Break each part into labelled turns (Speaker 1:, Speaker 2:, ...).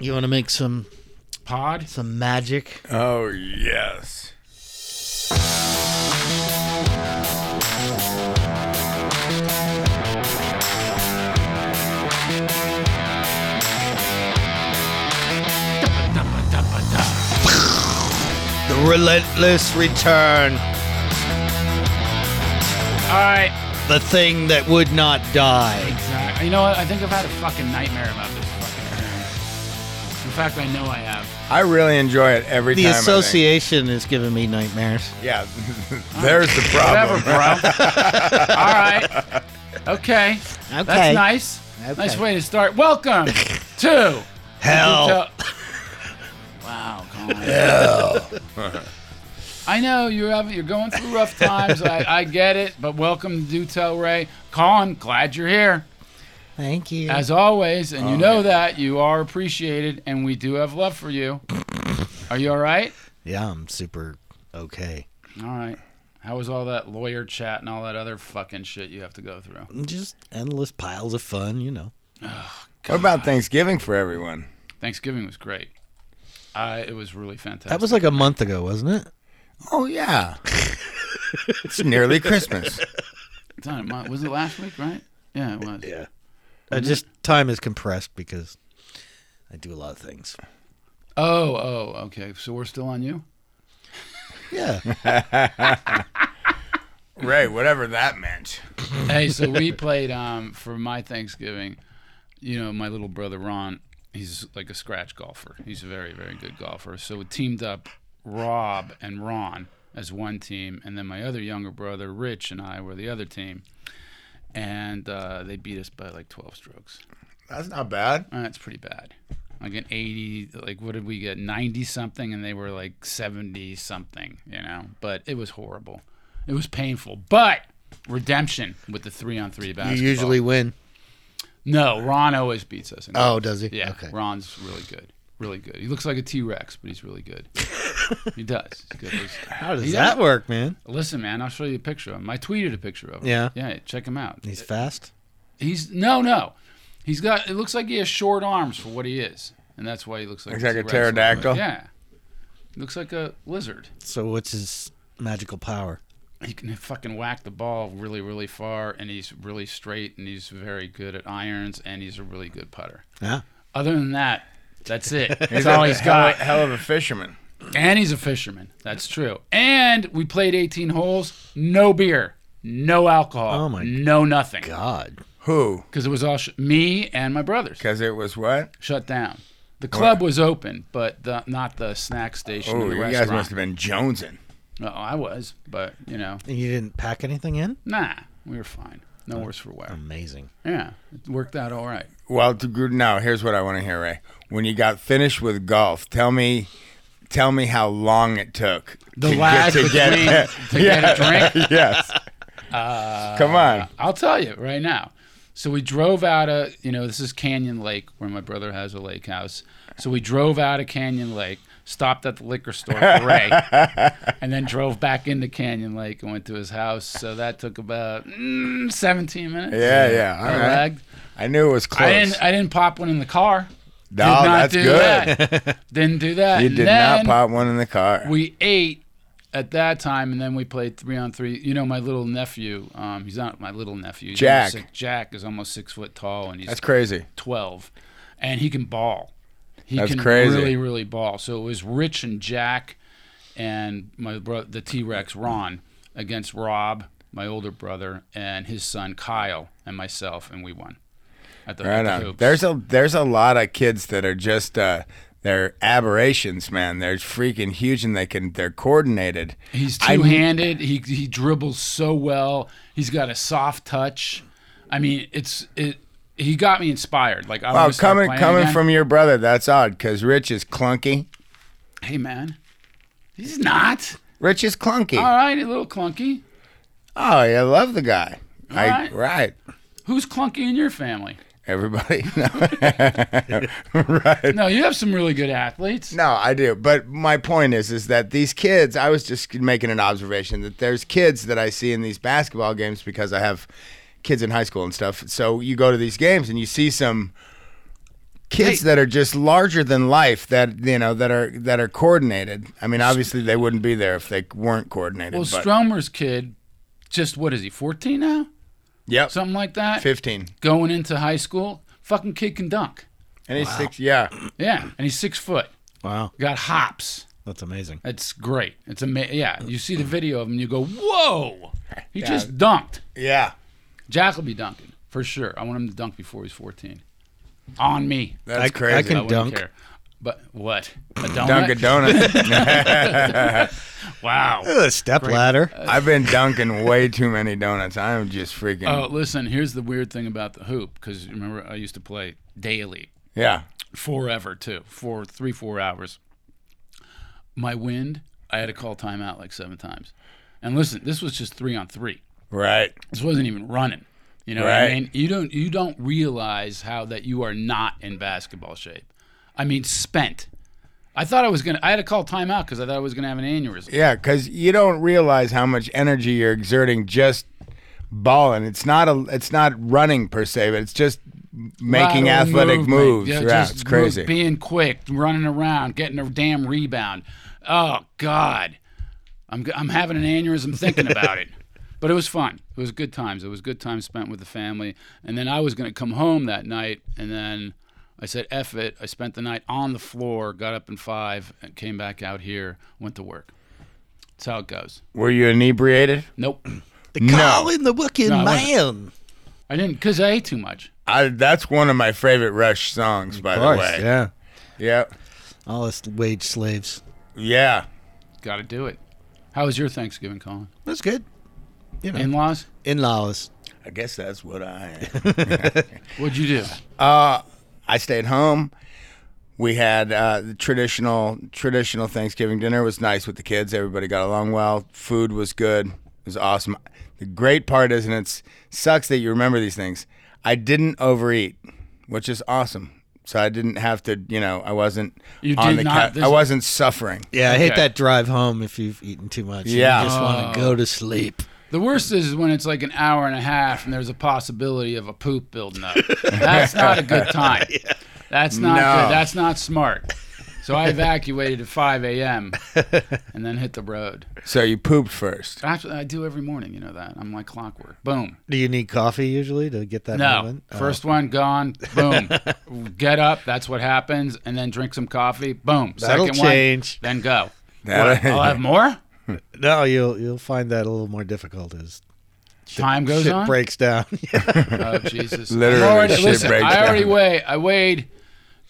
Speaker 1: You want to make some
Speaker 2: Pod.
Speaker 1: some magic?
Speaker 3: Oh, yes.
Speaker 1: The relentless return,
Speaker 2: All right.
Speaker 1: the thing that would not die.
Speaker 2: Exactly. You know what? I think I've had a fucking nightmare about this fucking term. In fact, I know I have.
Speaker 3: I really enjoy it every
Speaker 1: The
Speaker 3: time. I think.
Speaker 1: association is giving me nightmares.
Speaker 3: Yeah, there's the
Speaker 2: Whatever,
Speaker 3: problem.
Speaker 2: bro. All right. Okay.
Speaker 1: Okay.
Speaker 2: That's nice.
Speaker 1: Okay.
Speaker 2: Nice way to start. Welcome to
Speaker 1: Hell.
Speaker 2: Wow, Colin. I know you're having, you're going through rough times. I, I get it, but welcome to Dutel Ray. Colin, glad you're here.
Speaker 1: Thank you.
Speaker 2: As always, and
Speaker 1: Oh,
Speaker 2: you know that, you are appreciated and we do have love for you. Are you all right?
Speaker 1: yeah, I'm super okay.
Speaker 2: All right. How was all that lawyer chat and all that other fucking shit you have to go through?
Speaker 1: Just endless piles of fun, you know.
Speaker 3: what about Thanksgiving for everyone?
Speaker 2: Thanksgiving was great. Uh, it was really fantastic.
Speaker 1: That was like a month ago, wasn't it? Uh,
Speaker 3: Oh yeah, it's nearly Christmas.
Speaker 2: Done. Mon- was it last week, right? Yeah, it was.
Speaker 1: Yeah. Uh, just time is compressed because I do a lot of things.
Speaker 2: Oh, oh, okay. So we're still on you?
Speaker 1: Yeah.
Speaker 3: Right, whatever that meant.
Speaker 2: hey, so we played um, for my Thanksgiving. You know, my little brother Ron, he's like a scratch golfer. He's a very, very good golfer. So we teamed up Rob and Ron as one team, and then my other younger brother Rich and I were the other team. And uh, they beat us by like 12 strokes.
Speaker 3: That's not bad.
Speaker 2: Uh, that's pretty bad. Like an 80, like what did we get? 90 something, and they were like 70 something, you know? But it was horrible. It was painful. But redemption with the three on three
Speaker 1: you
Speaker 2: basketball.
Speaker 1: usually win.
Speaker 2: No, Ron always beats us. In
Speaker 1: Oh, does he?
Speaker 2: yeah.
Speaker 1: Okay.
Speaker 2: Ron's really good. Really good. He looks like a T Rex, but he's really good. he does. He's good. He's-
Speaker 1: How does
Speaker 2: He's
Speaker 1: that work, man?
Speaker 2: listen, man, I'll show you a picture of him. I tweeted a picture of him.
Speaker 1: Yeah.
Speaker 2: Yeah, check him out.
Speaker 1: He's fast.
Speaker 2: He's no, no. He's got. It looks like he has short arms for what he is, and that's why he looks like
Speaker 3: Looks like
Speaker 2: he's
Speaker 3: a
Speaker 2: wrestler.
Speaker 3: pterodactyl.
Speaker 2: Yeah, looks like a lizard.
Speaker 1: So what's his magical power?
Speaker 2: He can fucking whack the ball really, really far, and he's really straight, and he's very good at irons, and he's a really good putter.
Speaker 1: Yeah.
Speaker 2: Other than that, that's it. That's all he's
Speaker 3: hell,
Speaker 2: got.
Speaker 3: Hell of a fisherman.
Speaker 2: And he's a fisherman. That's true. And we played 18 holes. No beer. No alcohol.
Speaker 1: Oh my
Speaker 2: No nothing.
Speaker 1: God.
Speaker 3: Who?
Speaker 2: Because it was all sh- me and my brothers.
Speaker 3: Because it was what?
Speaker 2: shut down. The club was open, but the, not the snack station.
Speaker 3: Oh,
Speaker 2: and the
Speaker 3: you
Speaker 2: restaurant.
Speaker 3: guys must have been jonesing.
Speaker 2: No, I was, but you know,
Speaker 1: And you didn't pack anything in?
Speaker 2: nah, we were fine. No worse for wear.
Speaker 1: Amazing.
Speaker 2: Yeah, it worked out all right.
Speaker 3: Well, to, good- now here's what I want to hear, Ray. When you got finished with golf, tell me, tell me how long it took
Speaker 2: The lag between- to get a drink?
Speaker 3: yes.
Speaker 2: Uh,
Speaker 3: Come on.
Speaker 2: I'll tell you right now. So we drove out of, you know, this is Canyon Lake where my brother has a lake house. So we drove out of Canyon Lake, stopped at the liquor store for Ray, and then drove back into Canyon Lake and went to his house. So that took about mm, 17 minutes.
Speaker 3: Yeah, yeah. All
Speaker 2: I
Speaker 3: right.
Speaker 2: lagged.
Speaker 3: I knew it was close.
Speaker 2: I didn't, I didn't pop one in the car. did
Speaker 3: no,
Speaker 2: not
Speaker 3: that's
Speaker 2: do
Speaker 3: good.
Speaker 2: that. Didn't do that.
Speaker 3: You
Speaker 2: And
Speaker 3: did
Speaker 2: then
Speaker 3: not pop one in the car.
Speaker 2: We ate at that time, and then we played three on three. You know, my little nephew. Um, he's not my little nephew. He's
Speaker 3: Jack.
Speaker 2: almost Six, Jack is almost six foot tall, and he's
Speaker 3: that's crazy.
Speaker 2: twelve, and he can ball. He
Speaker 3: That's
Speaker 2: can
Speaker 3: crazy.
Speaker 2: really, really ball. So it was Rich and Jack, and my bro, the T Rex Ron against Rob, my older brother, and his son Kyle, and myself, and we won. At the, at
Speaker 3: Right
Speaker 2: the
Speaker 3: on.
Speaker 2: hoops.
Speaker 3: There's a there's a lot of kids that are just uh, they're aberrations, man. They're freaking huge and they can they're coordinated.
Speaker 2: He's
Speaker 3: I-
Speaker 2: two-handed. he he dribbles so well. He's got a soft touch. I mean, it's it. He got me inspired. Like I
Speaker 3: Wow,
Speaker 2: want to start
Speaker 3: coming
Speaker 2: playing
Speaker 3: coming
Speaker 2: again.
Speaker 3: from your brother, that's odd because Rich is clunky.
Speaker 2: Hey man, he's not.
Speaker 3: Rich is clunky.
Speaker 2: All right, a little clunky.
Speaker 3: oh, I love the guy. I,
Speaker 2: right.
Speaker 3: right.
Speaker 2: Who's clunky in your family?
Speaker 3: Everybody. No. right.
Speaker 2: No, you have some really good athletes.
Speaker 3: No, I do. But my point is, is that these kids. I was just making an observation that there's kids that I see in these basketball games because I have kids in high school and stuff. So you go to these games and you see some kids
Speaker 2: Hey.
Speaker 3: that are just larger than life that you know that are that are coordinated. I mean, obviously they wouldn't be there if they weren't coordinated.
Speaker 2: Well,
Speaker 3: but,
Speaker 2: Stromer's kid, just what is he, 14 now?
Speaker 3: yep,
Speaker 2: Something like that?
Speaker 3: fifteen,
Speaker 2: Going into high school, fucking kid can dunk.
Speaker 3: and he's six. Yeah,
Speaker 2: Yeah, and he's six foot.
Speaker 1: Wow,
Speaker 2: Got hops.
Speaker 1: that's amazing.
Speaker 2: That's great. It's amazing. Yeah, you see the video of him, you go, whoa! He
Speaker 3: Yeah.
Speaker 2: just dunked.
Speaker 3: yeah,
Speaker 2: Jack will be dunking for sure. I want him to dunk before he's 14. On me.
Speaker 3: that's
Speaker 1: I- I
Speaker 3: crazy.
Speaker 2: I
Speaker 1: can-
Speaker 2: wouldn't
Speaker 1: dunk.
Speaker 2: care. But what? A donut?
Speaker 3: Dunkin' Donut.
Speaker 2: Wow.
Speaker 1: Ugh, step ladder.
Speaker 3: I've been dunking way too many donuts. I'm just freaking.
Speaker 2: Oh, listen. Here's the weird thing about the hoop, because remember I used to play daily,
Speaker 3: yeah.
Speaker 2: forever too, for three, four hours. My wind, I had to call timeout like seven times. And listen, this was just three on three.
Speaker 3: Right.
Speaker 2: This wasn't even running. You know what I
Speaker 3: Right.
Speaker 2: mean? You don't you don't realize how that you are not in basketball shape. I mean, spent. I thought I was gonna. I had to call timeout because I thought I was gonna have an aneurysm.
Speaker 3: Yeah, because you don't realize how much energy you're exerting just balling. It's not a. It's not running per se, but it's just making
Speaker 2: Lateral
Speaker 3: athletic
Speaker 2: movement.
Speaker 3: moves. Yeah,
Speaker 2: just
Speaker 3: it's crazy.
Speaker 2: move- being quick, running around, getting a damn rebound. Oh God, I'm g- I'm having an aneurysm thinking about it. But it was fun. It was good times. It was good times spent with the family. And then I was going to come home that night, and then I said, "F it." I spent the night on the floor, got up in five, and came back out here, went to work. That's how it goes.
Speaker 3: Were you inebriated?
Speaker 2: Nope,
Speaker 1: The
Speaker 3: No.
Speaker 1: call in the wicked
Speaker 2: No, I
Speaker 1: man.
Speaker 2: I didn't because I ate too much.
Speaker 3: I, that's one of my favorite Rush songs, by
Speaker 1: Of course,
Speaker 3: the way.
Speaker 1: yeah.
Speaker 3: Yeah.
Speaker 1: All us wage slaves.
Speaker 3: Yeah.
Speaker 2: Got to do it. How was your Thanksgiving, Colin?
Speaker 1: That's good. You know,
Speaker 2: In laws?
Speaker 1: in laws.
Speaker 3: I guess that's what I am.
Speaker 2: What'd you do?
Speaker 3: I stayed home. We had uh, the traditional traditional Thanksgiving dinner. It was nice with the kids. Everybody got along well. Food was good. It was awesome. The great part is, and it sucks that you remember these things. I didn't overeat, which is awesome. So I didn't have to, you know, I wasn't
Speaker 2: You
Speaker 3: on
Speaker 2: did
Speaker 3: the
Speaker 2: not-
Speaker 3: couch.
Speaker 2: this-
Speaker 3: I wasn't suffering.
Speaker 1: Yeah, I
Speaker 2: Okay.
Speaker 1: hate that drive home if you've eaten too much.
Speaker 3: Yeah.
Speaker 1: You just want to go to sleep.
Speaker 2: The worst is when it's like an hour and a half and there's a possibility of a poop building up. That's not a good time. That's not
Speaker 3: No.
Speaker 2: good. That's not smart. So I evacuated at 5 a.m. and then hit the road.
Speaker 3: So you pooped first.
Speaker 2: That's what I do every morning. You know that. I'm like clockwork. Boom.
Speaker 1: Do you need coffee usually to get that
Speaker 2: No.
Speaker 1: moment? Oh.
Speaker 2: First one gone. Boom. Get up. That's what happens. And then drink some coffee. Boom.
Speaker 1: That'll
Speaker 2: Second
Speaker 1: change.
Speaker 2: one. Then go.
Speaker 3: That-
Speaker 2: I'll have more.
Speaker 1: No, you'll you'll find that a little more difficult as
Speaker 2: Time goes
Speaker 1: shit
Speaker 2: on.
Speaker 1: breaks down.
Speaker 2: Oh Jesus!
Speaker 3: Literally,
Speaker 2: I'm already-
Speaker 3: shit
Speaker 2: listen,
Speaker 3: breaks
Speaker 2: I already
Speaker 3: down.
Speaker 2: weigh. I weighed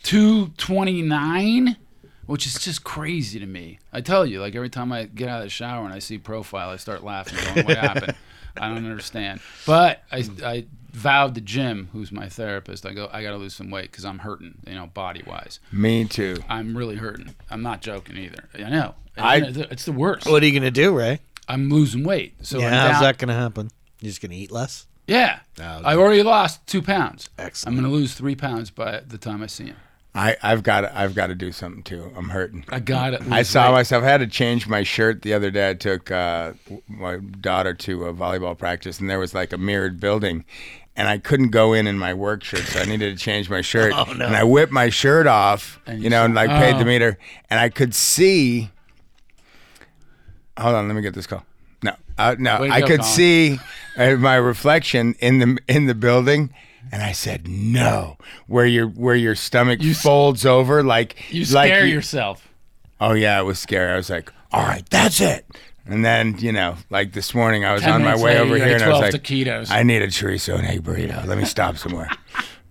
Speaker 2: two twenty nine, which is just crazy to me. I tell you, like every time I get out of the shower and I see profile, I start laughing. Going, what happened? I don't understand. But I, I vowed to Jim, who's my therapist. I go, I got to lose some weight because I'm hurting. You know, body wise,
Speaker 3: Me too.
Speaker 2: I'm really hurting. I'm not joking either. I know.
Speaker 3: I-
Speaker 2: it's the worst.
Speaker 1: what are you gonna do, Ray?
Speaker 2: I'm losing weight. So
Speaker 1: yeah,
Speaker 2: I'm
Speaker 1: how's
Speaker 2: down-
Speaker 1: that gonna happen? You're just gonna eat less?
Speaker 2: Yeah.
Speaker 1: Oh,
Speaker 2: I already lost two pounds.
Speaker 1: Excellent.
Speaker 2: I'm going to lose three pounds by the time I see him.
Speaker 3: I, I've got to, I've got to do something too. I'm hurting.
Speaker 2: I got it.
Speaker 3: I saw myself. I had to change my shirt the other day. I took uh, w- my daughter to a volleyball practice, and there was like a mirrored building, and I couldn't go in in my work shirt, so I needed to change my shirt.
Speaker 1: Oh, no.
Speaker 3: And I whipped my shirt off,
Speaker 2: And
Speaker 3: you
Speaker 2: you
Speaker 3: know, and like paid
Speaker 2: Oh.
Speaker 3: the meter, and I could see. Hold on, let me get this call. No, uh, no,
Speaker 2: Way to
Speaker 3: I
Speaker 2: go,
Speaker 3: could
Speaker 2: Colin.
Speaker 3: see uh, my reflection in the in the building. And I said no, where your where your stomach folds over like
Speaker 2: You
Speaker 3: like
Speaker 2: scare
Speaker 3: you-
Speaker 2: yourself.
Speaker 3: Oh yeah, it was scary. I was like, all right, that's it. And then you know, like this morning, I was
Speaker 2: Ten
Speaker 3: on my
Speaker 2: minutes
Speaker 3: way
Speaker 2: later,
Speaker 3: over
Speaker 2: you
Speaker 3: here,
Speaker 2: had
Speaker 3: and I was
Speaker 2: 12
Speaker 3: like,
Speaker 2: taquitos.
Speaker 3: I need a chorizo and egg burrito. Let me stop somewhere.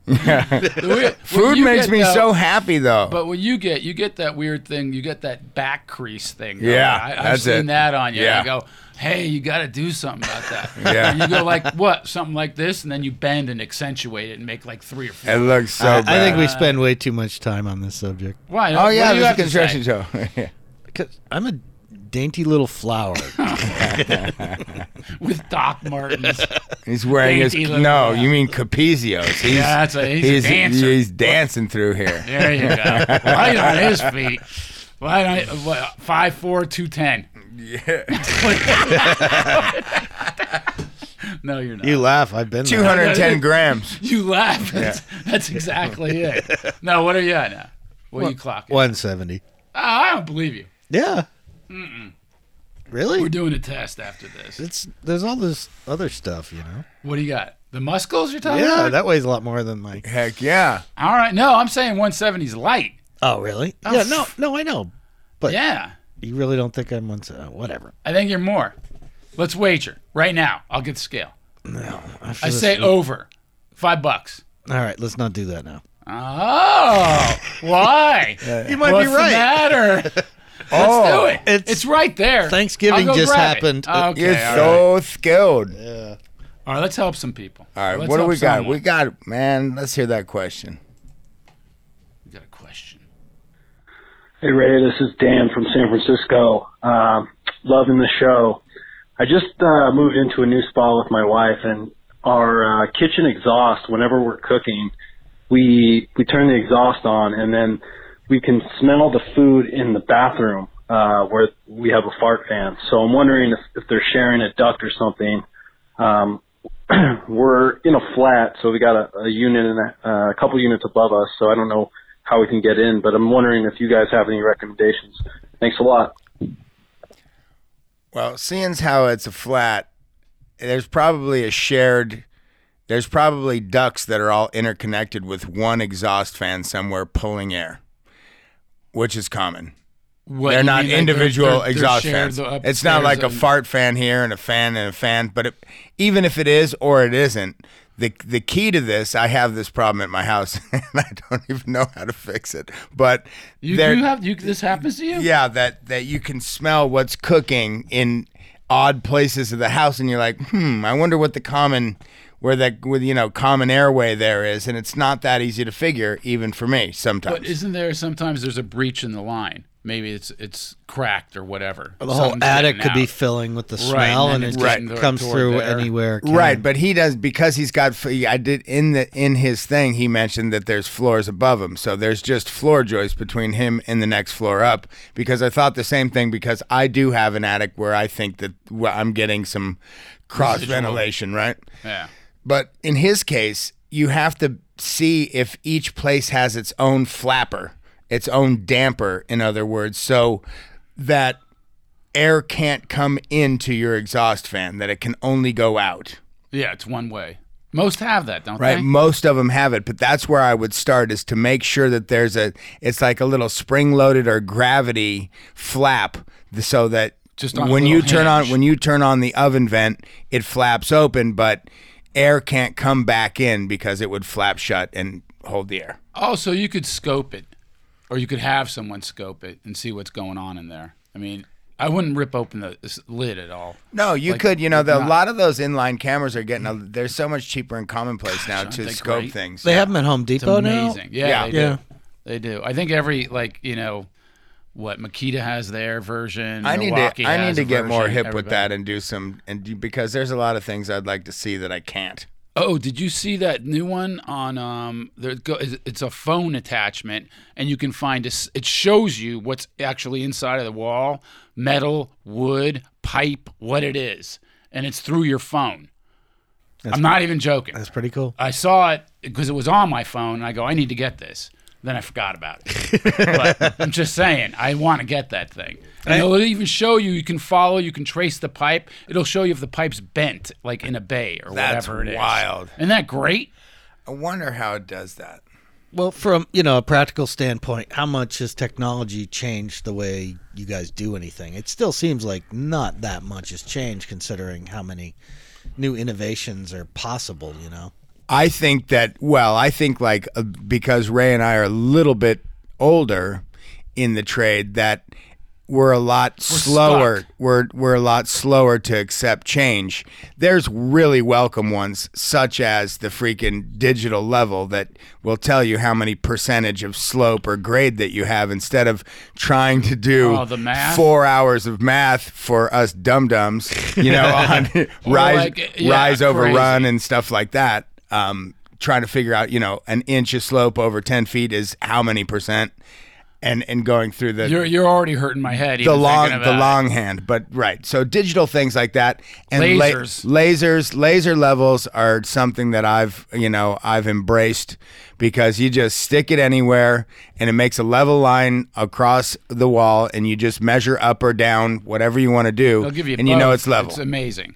Speaker 2: The weird- what
Speaker 3: Food
Speaker 2: you
Speaker 3: makes
Speaker 2: get,
Speaker 3: me
Speaker 2: though-
Speaker 3: so happy though.
Speaker 2: But what you get, you get that weird thing. You get that back crease thing. going.
Speaker 3: Yeah,
Speaker 2: I, I've
Speaker 3: that's
Speaker 2: seen
Speaker 3: it.
Speaker 2: that on you.
Speaker 3: Yeah.
Speaker 2: I go, hey, you got to do something about that.
Speaker 3: Yeah.
Speaker 2: And you go like what? Something like this, and then you bend and accentuate it and make like three or four.
Speaker 3: it looks so
Speaker 1: I,
Speaker 3: bad.
Speaker 1: I think we spend way too much time on this subject.
Speaker 2: Why?
Speaker 3: oh
Speaker 2: What do
Speaker 3: yeah,
Speaker 2: you
Speaker 3: there's a
Speaker 2: have to say?
Speaker 3: construction show. Yeah.
Speaker 1: Because I'm a dainty little flower.
Speaker 2: with Doc Martens.
Speaker 3: he's wearing his.
Speaker 2: Dainty little
Speaker 3: No,
Speaker 2: guy.
Speaker 3: you mean capizios. He's,
Speaker 2: yeah, that's a, he's,
Speaker 3: he's,
Speaker 2: a dancer.
Speaker 3: he's dancing through here.
Speaker 2: There you go. right on his feet. Right on what, five four two ten.
Speaker 3: Yeah.
Speaker 2: No, you're not.
Speaker 1: You laugh. I've been there.
Speaker 3: 210 grams.
Speaker 2: You laugh. That's, that's exactly it. No, what are you at now? What, are you clocking? Oh,
Speaker 1: 170.
Speaker 2: I don't believe you.
Speaker 1: Yeah. Really?
Speaker 2: We're doing a test after this.
Speaker 1: it's there's all this other stuff, you know.
Speaker 2: What do you got? The muscles you're talking
Speaker 1: Oh, Yeah,
Speaker 2: about?
Speaker 1: that weighs a lot more than my.
Speaker 3: Heck yeah.
Speaker 2: All right. No, I'm saying 170's light.
Speaker 1: Oh, really?
Speaker 2: Oh,
Speaker 1: yeah.
Speaker 2: f-
Speaker 1: No, no, I know. But-
Speaker 2: yeah.
Speaker 1: You really don't think I'm once? Uh, whatever.
Speaker 2: I think you're more. Let's wager right now. I'll get the scale.
Speaker 1: No.
Speaker 2: I say over. Five bucks.
Speaker 1: All right, let's not do that now.
Speaker 2: Oh, why?
Speaker 1: You might
Speaker 2: What's
Speaker 1: be
Speaker 2: the
Speaker 1: right.
Speaker 2: matter? Let's
Speaker 3: Oh,
Speaker 2: do it. It's,
Speaker 1: Oh. It's-
Speaker 2: right there.
Speaker 1: Thanksgiving
Speaker 2: I'll go
Speaker 1: just
Speaker 2: grab it.
Speaker 1: happened.
Speaker 2: Okay,
Speaker 3: You're
Speaker 2: all right.
Speaker 3: so skilled.
Speaker 2: All right, let's help some people.
Speaker 3: All right,
Speaker 2: Let's
Speaker 3: what do
Speaker 2: help
Speaker 3: we got?
Speaker 2: someone.
Speaker 3: We got, man, let's hear that question.
Speaker 2: We got a question.
Speaker 4: Hey Ray, this is Dan from San Francisco. Um, loving the show. I just uh, moved into a new spa with my wife, and our uh, kitchen exhaust. Whenever we're cooking, we we turn the exhaust on, and then we can smell the food in the bathroom uh, where we have a fart fan. So I'm wondering if, if they're sharing a duct or something. Um, we're in a flat, so we got a, a unit and a, uh, a couple units above us. So I don't know how we can get in, but I'm wondering if you guys have any recommendations. Thanks a lot.
Speaker 3: Well, seeing as how it's a flat, there's probably a shared, there's probably ducts that are all interconnected with one exhaust fan somewhere pulling air, which is common.
Speaker 2: What,
Speaker 3: they're
Speaker 2: you
Speaker 3: not
Speaker 2: mean, like,
Speaker 3: individual
Speaker 2: they're- they're
Speaker 3: exhaust
Speaker 2: shared
Speaker 3: fans.
Speaker 2: the upstairs
Speaker 3: it's not like a
Speaker 2: and-
Speaker 3: fart fan here and a fan and a fan, but it, even if it is or it isn't, the the key to this, I have this problem at my house and I don't even know how to fix it. But
Speaker 2: You
Speaker 3: there-
Speaker 2: do have you. This happens to you.
Speaker 3: yeah, that that you can smell what's cooking in odd places of the house, and you're like, hmm, I wonder what the common where that with you know common airway there is, and it's not that easy to figure even for me sometimes.
Speaker 2: But isn't there sometimes there's a breach in the line? Maybe it's it's cracked or whatever.
Speaker 1: The whole
Speaker 2: Something's
Speaker 1: attic
Speaker 2: getting
Speaker 1: could be
Speaker 2: out.
Speaker 1: filling with the smell, and,
Speaker 2: and then
Speaker 1: it
Speaker 2: it's
Speaker 1: just
Speaker 2: getting to-
Speaker 1: comes
Speaker 2: toward
Speaker 1: through
Speaker 2: there.
Speaker 1: anywhere. it
Speaker 3: Right,
Speaker 1: can.
Speaker 3: but he does because he's got. I did in the in his thing. He mentioned that there's floors above him, so there's just floor joists between him and the next floor up. Because I thought the same thing. Because I do have an attic where I think that where I'm getting some cross ventilation, right?
Speaker 2: yeah.
Speaker 3: But in his case, you have to see if each place has its own flapper, its own damper, in other words, so that air can't come into your exhaust fan, that it can only go out.
Speaker 2: Yeah, it's one way. Most have that, don't
Speaker 3: Right.
Speaker 2: they?
Speaker 3: Most of them have it, but that's where I would start is to make sure that there's a, it's like a little spring loaded or gravity flap th- so that
Speaker 2: Just on a
Speaker 3: when
Speaker 2: little
Speaker 3: you turn on,
Speaker 2: hinge.
Speaker 3: when you turn on the oven vent, it flaps open, but air can't come back in because it would flap shut and hold the air.
Speaker 2: Also, Oh, you could scope it, or you could have someone scope it and see what's going on in there. I mean, I wouldn't rip open the s- lid at all.
Speaker 3: No, you
Speaker 2: Like,
Speaker 3: could, you know, the, a
Speaker 2: not-
Speaker 3: lot of those inline cameras are getting, a, they're so much cheaper and commonplace now
Speaker 2: aren't
Speaker 3: to
Speaker 2: they
Speaker 3: scope
Speaker 2: great?
Speaker 3: things.
Speaker 1: they have them at Home
Speaker 2: It's
Speaker 1: Depot now.
Speaker 2: amazing. Yeah,
Speaker 3: Yeah.
Speaker 2: They
Speaker 1: Yeah.
Speaker 2: do. They do. I think every like you know what Makita has their version.
Speaker 3: I need
Speaker 2: Milwaukee
Speaker 3: to, I
Speaker 2: has
Speaker 3: need to
Speaker 2: a
Speaker 3: get more
Speaker 2: version,
Speaker 3: hip with
Speaker 2: everybody-
Speaker 3: that and do some, and do- because there's a lot of things I'd like to see that I can't.
Speaker 2: Oh, did you see that new one on um? There it go- it's a phone attachment, and you can find a s It shows you what's actually inside of the wall: metal, wood, pipe, what it is, and it's through your phone. I'm not even joking.
Speaker 1: That's pretty cool.
Speaker 2: I saw it because it was on my phone, and I go, I need to get this. Then I forgot about it. but I'm just saying, I want to get that thing. And it'll even show you, you can follow, you can trace the pipe. It'll show you if the pipe's bent, like in a bay or
Speaker 3: That's
Speaker 2: whatever it is.
Speaker 3: wild.
Speaker 2: Isn't that great?
Speaker 3: I wonder how it does that.
Speaker 1: Well, from you know a practical standpoint, how much has technology changed the way you guys do anything? It still seems like not that much has changed considering how many new innovations are possible. You know,
Speaker 3: I think that well, I think like uh, because Ray and I are a little bit older in the trade that we're a lot slower.
Speaker 2: stuck.
Speaker 3: We're we're a lot slower to accept change. There's really welcome ones such as the freaking digital level that will tell you how many percentage of slope or grade that you have instead of trying to do
Speaker 2: Oh, the math?
Speaker 3: four hours of math for us dum dums, you know, on rise
Speaker 2: like, yeah,
Speaker 3: rise over
Speaker 2: crazy.
Speaker 3: run and stuff like that. Um, trying to figure out, you know, an inch of slope over ten feet is how many percent. and and going through the
Speaker 2: You're you're already hurting my head.
Speaker 3: the
Speaker 2: even
Speaker 3: long
Speaker 2: thinking
Speaker 3: the
Speaker 2: about it.
Speaker 3: long hand but right so digital things like that and la-
Speaker 2: Lasers.
Speaker 3: lasers laser levels are something that i've you know i've embraced because you just stick it anywhere and it makes a level line across the wall and you just measure up or down whatever you want to do
Speaker 2: They'll give you
Speaker 3: and you know
Speaker 2: both.
Speaker 3: it's level
Speaker 2: It's amazing.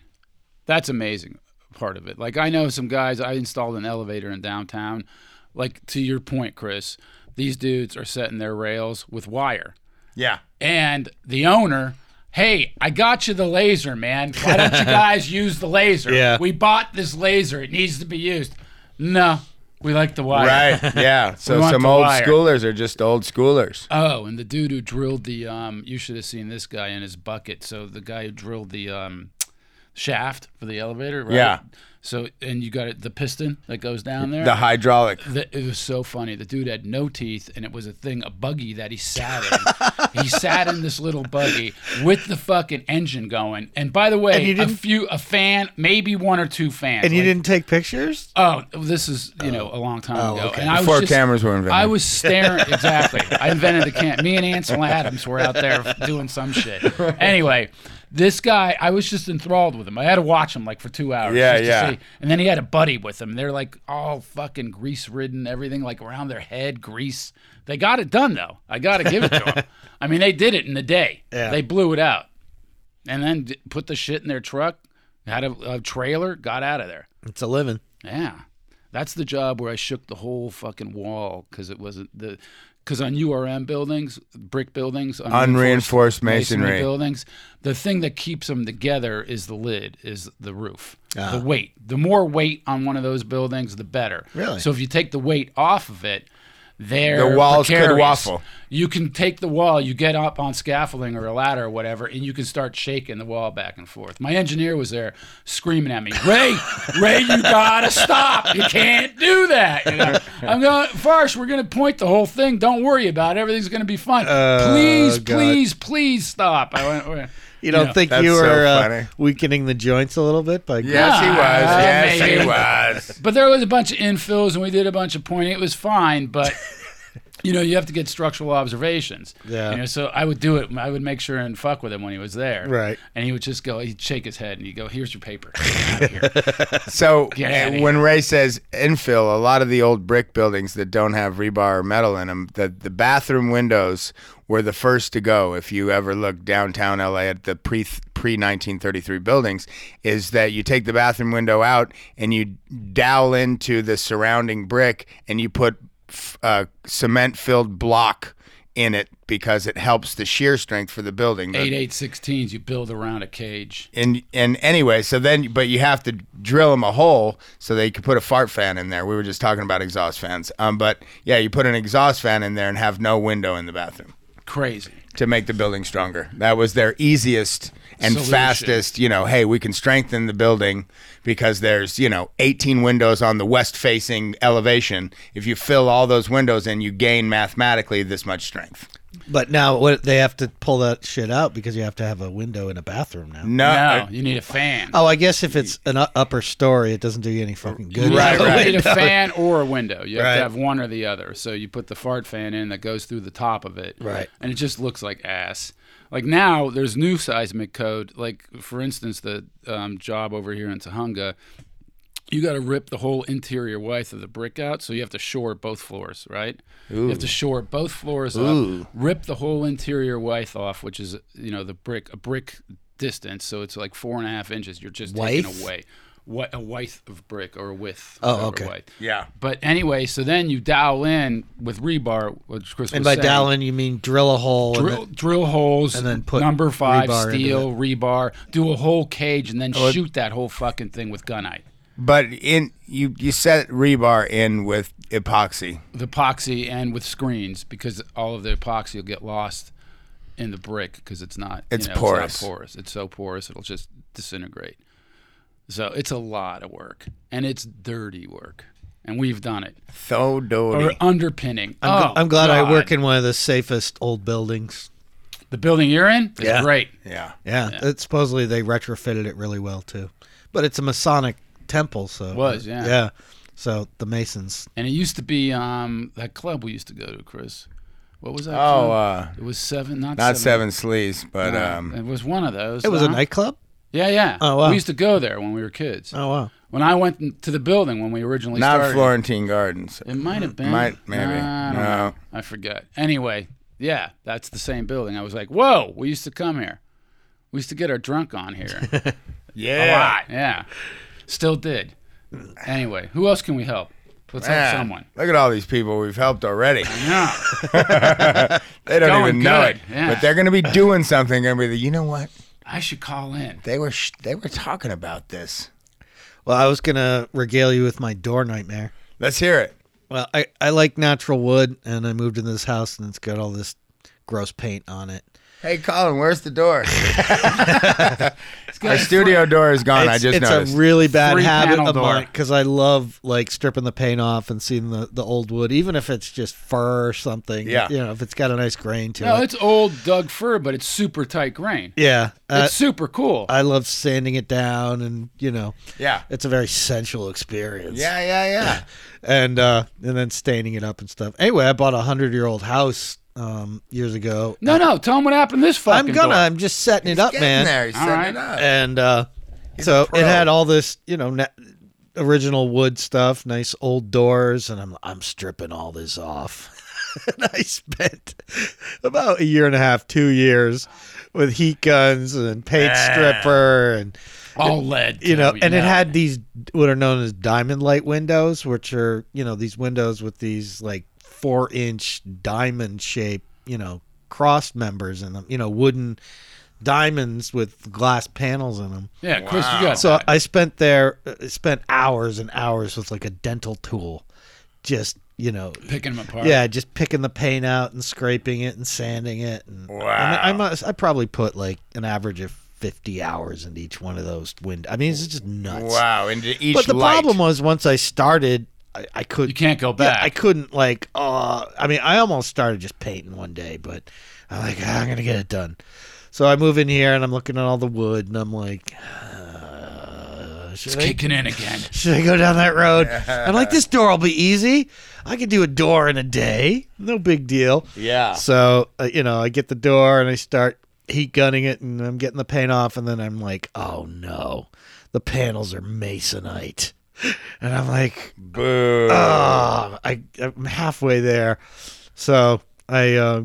Speaker 2: That's amazing part of it. Like I know some guys. I installed an elevator in downtown. Like to your point, Chris. These dudes are setting their rails with wire.
Speaker 3: yeah
Speaker 2: and the owner, hey, I got you the laser, man. Why don't you guys use the laser?
Speaker 1: Yeah.
Speaker 2: We bought this laser. It needs to be used. No, we like the wire.
Speaker 3: right yeah so
Speaker 2: want
Speaker 3: some
Speaker 2: the
Speaker 3: old
Speaker 2: wire.
Speaker 3: schoolers are just old schoolers
Speaker 2: Oh, and the dude who drilled the um, you should have seen this guy in his bucket. So the guy who drilled the um, shaft for the elevator, right?
Speaker 3: Yeah.
Speaker 2: So and you got it, the piston that goes down there.
Speaker 3: the hydraulic
Speaker 2: The- it was so funny. The dude had no teeth, and it was a thing, a buggy that he sat in. he sat in this little buggy with the fucking engine going. And by the
Speaker 1: And
Speaker 2: way,
Speaker 1: you
Speaker 2: a
Speaker 1: didn't-
Speaker 2: few, a fan, maybe one or two fans.
Speaker 1: And you
Speaker 2: Like,
Speaker 1: didn't take pictures?
Speaker 2: Oh, this is you know a long time ago.
Speaker 1: okay.
Speaker 2: And I
Speaker 3: Before
Speaker 2: was just,
Speaker 3: cameras were invented.
Speaker 2: I was staring exactly. I invented the camera. Me and Ansel Adams were out there doing some shit. Anyway, this guy, I was just enthralled with him. I had to watch him like for two hours.
Speaker 3: Yeah,
Speaker 2: just to
Speaker 3: yeah.
Speaker 2: see. And then he had a buddy with him. They're like all fucking grease ridden, everything like around their head, grease. They got it done though. I got to give it to them. I mean, they did it in a day.
Speaker 1: Yeah.
Speaker 2: They blew it out, and then d- put the shit in their truck. Had a, a trailer, got out of there.
Speaker 1: It's a living.
Speaker 2: Yeah. That's the job where I shook the whole fucking wall because it wasn't the because on URM buildings, brick buildings,
Speaker 3: Unreinforced masonry.
Speaker 2: buildings, the thing that keeps them together is the lid, is the roof,
Speaker 3: Uh-huh.
Speaker 2: the weight. The more weight on one of those buildings, the better.
Speaker 1: Really?
Speaker 2: So if you take the weight off of it, they're
Speaker 3: The walls could
Speaker 2: precarious.
Speaker 3: waffle.
Speaker 2: You can take the wall, you get up on scaffolding or a ladder or whatever, and you can start shaking the wall back and forth. My engineer was there screaming at me, Ray, Ray, you gotta stop. You can't do that. You know? I'm going, Farsh, we're gonna point the whole thing. Don't worry about it. Everything's gonna be fine. please,
Speaker 1: God.
Speaker 2: please, please stop. I went, "Wait."
Speaker 1: You don't
Speaker 2: know,
Speaker 1: think
Speaker 3: That's
Speaker 1: you
Speaker 3: so
Speaker 1: were uh,
Speaker 3: funny.
Speaker 1: weakening the joints a little bit by
Speaker 3: yes he was
Speaker 2: Ah,
Speaker 3: yes
Speaker 2: maybe.
Speaker 3: he was
Speaker 2: But there was a bunch of infills and we did a bunch of pointing. It was fine, but you know, you have to get structural observations.
Speaker 1: Yeah.
Speaker 2: You know, so I would do it. I would make sure and fuck with him when he was there.
Speaker 1: Right.
Speaker 2: And he would just go, he'd shake his head and he'd go, Here's your paper. Get out of here.
Speaker 3: So eh,
Speaker 2: Get outta
Speaker 3: when Ray says infill, a lot of the old brick buildings that don't have rebar or metal in them, the, the bathroom windows were the first to go. If you ever look downtown LA at the pre pre 1933 buildings, is that you take the bathroom window out and you dowel into the surrounding brick and you put f- uh, cement filled block in it because it helps the shear strength for the building. The-
Speaker 2: Eight eight sixteens, you build around a cage.
Speaker 3: and and anyway, so then but you have to drill them a hole so they could put a fart fan in there. We were just talking about exhaust fans. Um, but yeah, you put an exhaust fan in there and have no window in the bathroom
Speaker 2: Crazy.
Speaker 3: to make the building stronger. That was their easiest and
Speaker 2: Solution.
Speaker 3: fastest. You know, hey, we can strengthen the building because there's you know 18 windows on the west facing elevation. If you fill all those windows in, you gain mathematically this much strength.
Speaker 1: But now what they have to pull that shit out because you have to have a window in a bathroom now.
Speaker 3: No, uh,
Speaker 2: no, you need a fan.
Speaker 1: Oh, I guess if it's an u- upper story, it doesn't do you any fucking good.
Speaker 2: You
Speaker 3: Right,
Speaker 2: need,
Speaker 3: right.
Speaker 2: you need a fan or a window. You have
Speaker 1: Right.
Speaker 2: to have one or the other. So you put the fart fan in that goes through the top of it.
Speaker 1: Right.
Speaker 2: And it just looks like ass. Like now, there's new seismic code. Like for instance, the um, job over here in Tahunga, you got to rip the whole interior width of the brick out. So you have to shore both floors, right? You have to shore both floors up, rip the whole interior width off, which is you know the brick a brick distance. So it's like four and a half inches. You're just
Speaker 1: Width?
Speaker 2: taking away what a width of brick or a width.
Speaker 1: Oh,
Speaker 2: whatever
Speaker 1: okay.
Speaker 2: width.
Speaker 3: Yeah.
Speaker 2: But anyway, so then you dowel in with rebar, which Chris
Speaker 1: And
Speaker 2: was
Speaker 1: by
Speaker 2: saying.
Speaker 1: dowling, you mean drill a hole. and
Speaker 2: Drill, drill holes
Speaker 1: and then put
Speaker 2: number five
Speaker 1: rebar Oh, into
Speaker 2: steel rebar, do a whole cage, and then shoot that whole fucking thing with gunite.
Speaker 3: But in you you set rebar in with epoxy.
Speaker 2: the epoxy and with screens because all of the epoxy will get lost in the brick because it's not you
Speaker 3: It's
Speaker 2: know,
Speaker 3: porous.
Speaker 2: It's, not porous. it's so porous it'll just disintegrate. So it's a lot of work and it's dirty work, and we've done it.
Speaker 3: So dirty.
Speaker 2: Or underpinning.
Speaker 1: I'm, gl-
Speaker 2: Oh,
Speaker 1: I'm glad I
Speaker 2: God.
Speaker 1: work in one of the safest old buildings.
Speaker 2: the building you're in. Is
Speaker 1: Yeah.
Speaker 2: great.
Speaker 3: Yeah.
Speaker 1: Yeah, It, supposedly they retrofitted it really well too, but it's a Masonic temple, so
Speaker 2: Was, yeah.
Speaker 1: yeah. So the Masons,
Speaker 2: And it used to be um, that club we used to go to, Chris. What was that?
Speaker 3: Oh,
Speaker 2: club?
Speaker 3: uh,
Speaker 2: it was seven, not,
Speaker 3: not seven sleaze, but
Speaker 2: Uh,
Speaker 3: um,
Speaker 2: it was one of those.
Speaker 1: It was a
Speaker 2: huh?
Speaker 1: nightclub.
Speaker 2: Yeah, yeah.
Speaker 1: Oh, wow.
Speaker 2: We used to go there when we were kids.
Speaker 1: Oh wow.
Speaker 2: When I went to the building when we originally
Speaker 3: not
Speaker 2: started.
Speaker 3: Florentine Gardens.
Speaker 2: It might have been.
Speaker 3: Might maybe.
Speaker 2: Nah, I don't
Speaker 3: No.
Speaker 2: know. I forget. Anyway, yeah, that's the same building. I was like, whoa, we used to come here. We used to get our drunk on here. a lot. Yeah. Still did. Anyway, who else can we help? Let's
Speaker 3: Man,
Speaker 2: help someone.
Speaker 3: Look at all these people we've helped already.
Speaker 2: Yeah.
Speaker 3: They don't
Speaker 2: Going
Speaker 3: even know
Speaker 2: good,
Speaker 3: it,
Speaker 2: yeah.
Speaker 3: but they're going to be doing something. Going to be, the, you know what?
Speaker 2: I should call in.
Speaker 3: They were sh- they were talking about this.
Speaker 1: Well, I was gonna regale you with my door nightmare.
Speaker 3: Let's hear it.
Speaker 1: Well, I, I like natural wood, and I moved into this house, and it's got all this gross paint on it.
Speaker 3: Hey, Colin, where's the door? Our studio door is
Speaker 2: Oh,
Speaker 3: gone.
Speaker 1: it's,
Speaker 3: I just
Speaker 1: it's
Speaker 3: noticed.
Speaker 1: a really bad
Speaker 2: Three
Speaker 1: habit
Speaker 2: panel
Speaker 1: of
Speaker 2: door.
Speaker 1: mine because I love like stripping the paint off and seeing the, the old wood, even if it's just fur or something.
Speaker 3: Yeah.
Speaker 1: you know, if it's got a nice grain to
Speaker 2: No,
Speaker 1: it.
Speaker 2: it's old Doug Fur, but it's super tight grain.
Speaker 1: yeah, uh,
Speaker 2: it's super cool.
Speaker 1: I love sanding it down, and you know,
Speaker 3: yeah.
Speaker 1: it's a very sensual experience.
Speaker 3: Yeah, yeah, yeah.
Speaker 1: and uh, and then staining it up and stuff. Anyway, I bought a hundred year old house um, years ago.
Speaker 2: no, no, tell him what happened this
Speaker 1: I'm
Speaker 2: fucking
Speaker 1: gonna.
Speaker 2: door.
Speaker 1: I'm just setting it up,
Speaker 3: Getting
Speaker 1: man.
Speaker 3: there. He's
Speaker 2: All
Speaker 3: setting
Speaker 2: right.
Speaker 3: it up.
Speaker 1: and uh, so it had all this, you know, na- original wood stuff, nice old doors, and I'm I'm stripping all this off. and I spent about a year and a half, two years, with heat guns and paint stripper, and
Speaker 2: all lead.
Speaker 1: you know,
Speaker 2: too,
Speaker 1: and it had these what are known as diamond light windows, which are you know these windows with these like four inch diamond shape, you know, cross members in them, you know, wooden diamonds with glass panels in them.
Speaker 2: Yeah, Chris, you got
Speaker 1: So
Speaker 2: that.
Speaker 1: I spent there, uh, spent hours and hours with like a dental tool, just you know,
Speaker 2: picking him apart.
Speaker 1: yeah, just picking the paint out and scraping it and sanding it. And I mean, I,
Speaker 3: Wow.
Speaker 1: must, I probably put like an average of fifty hours into each one of those windows. I mean, it's just nuts.
Speaker 3: Wow. Into each
Speaker 1: But the
Speaker 3: light.
Speaker 1: problem was once I started, I, I
Speaker 2: You
Speaker 1: could
Speaker 2: can't go
Speaker 1: yeah,
Speaker 2: back.
Speaker 1: I couldn't like. Uh, I mean, I almost started just painting one day, but I'm like, "Ah, I'm gonna get it done. So I move in here and I'm looking at all the wood and I'm like, uh, should,
Speaker 2: it's
Speaker 1: I,
Speaker 2: kicking in again.
Speaker 1: should I go down that road? I'm like, this door will be easy. I could do a door in a day. No big deal.
Speaker 3: Yeah.
Speaker 1: So uh, you know, I get the door and I start heat gunning it, and I'm getting the paint off, and then I'm like, oh no, the panels are masonite, and I'm like,
Speaker 3: Boo.
Speaker 2: Uh,
Speaker 1: oh, I, I'm halfway there. So I uh,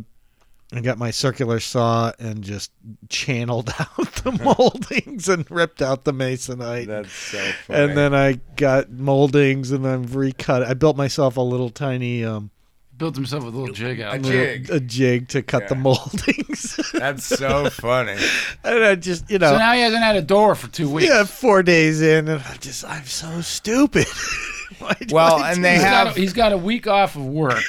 Speaker 1: I got my circular saw and just channeled out the moldings and ripped out the masonite.
Speaker 3: That's so funny.
Speaker 1: and then I got moldings and then recut. it. I built myself a little tiny um,
Speaker 2: Built himself a little jig out.
Speaker 3: A
Speaker 2: there.
Speaker 3: jig.
Speaker 1: a jig to cut the
Speaker 3: Yeah.
Speaker 1: moldings.
Speaker 3: That's so funny.
Speaker 1: and I just, you know,
Speaker 2: So now he hasn't had a door for two weeks.
Speaker 1: yeah, four days in, and I'm just, I'm so stupid. Why do
Speaker 3: Well,
Speaker 1: I
Speaker 3: and
Speaker 1: do
Speaker 3: they
Speaker 2: He's
Speaker 1: that?
Speaker 2: got,
Speaker 3: have.
Speaker 2: a, he's got a week off of work,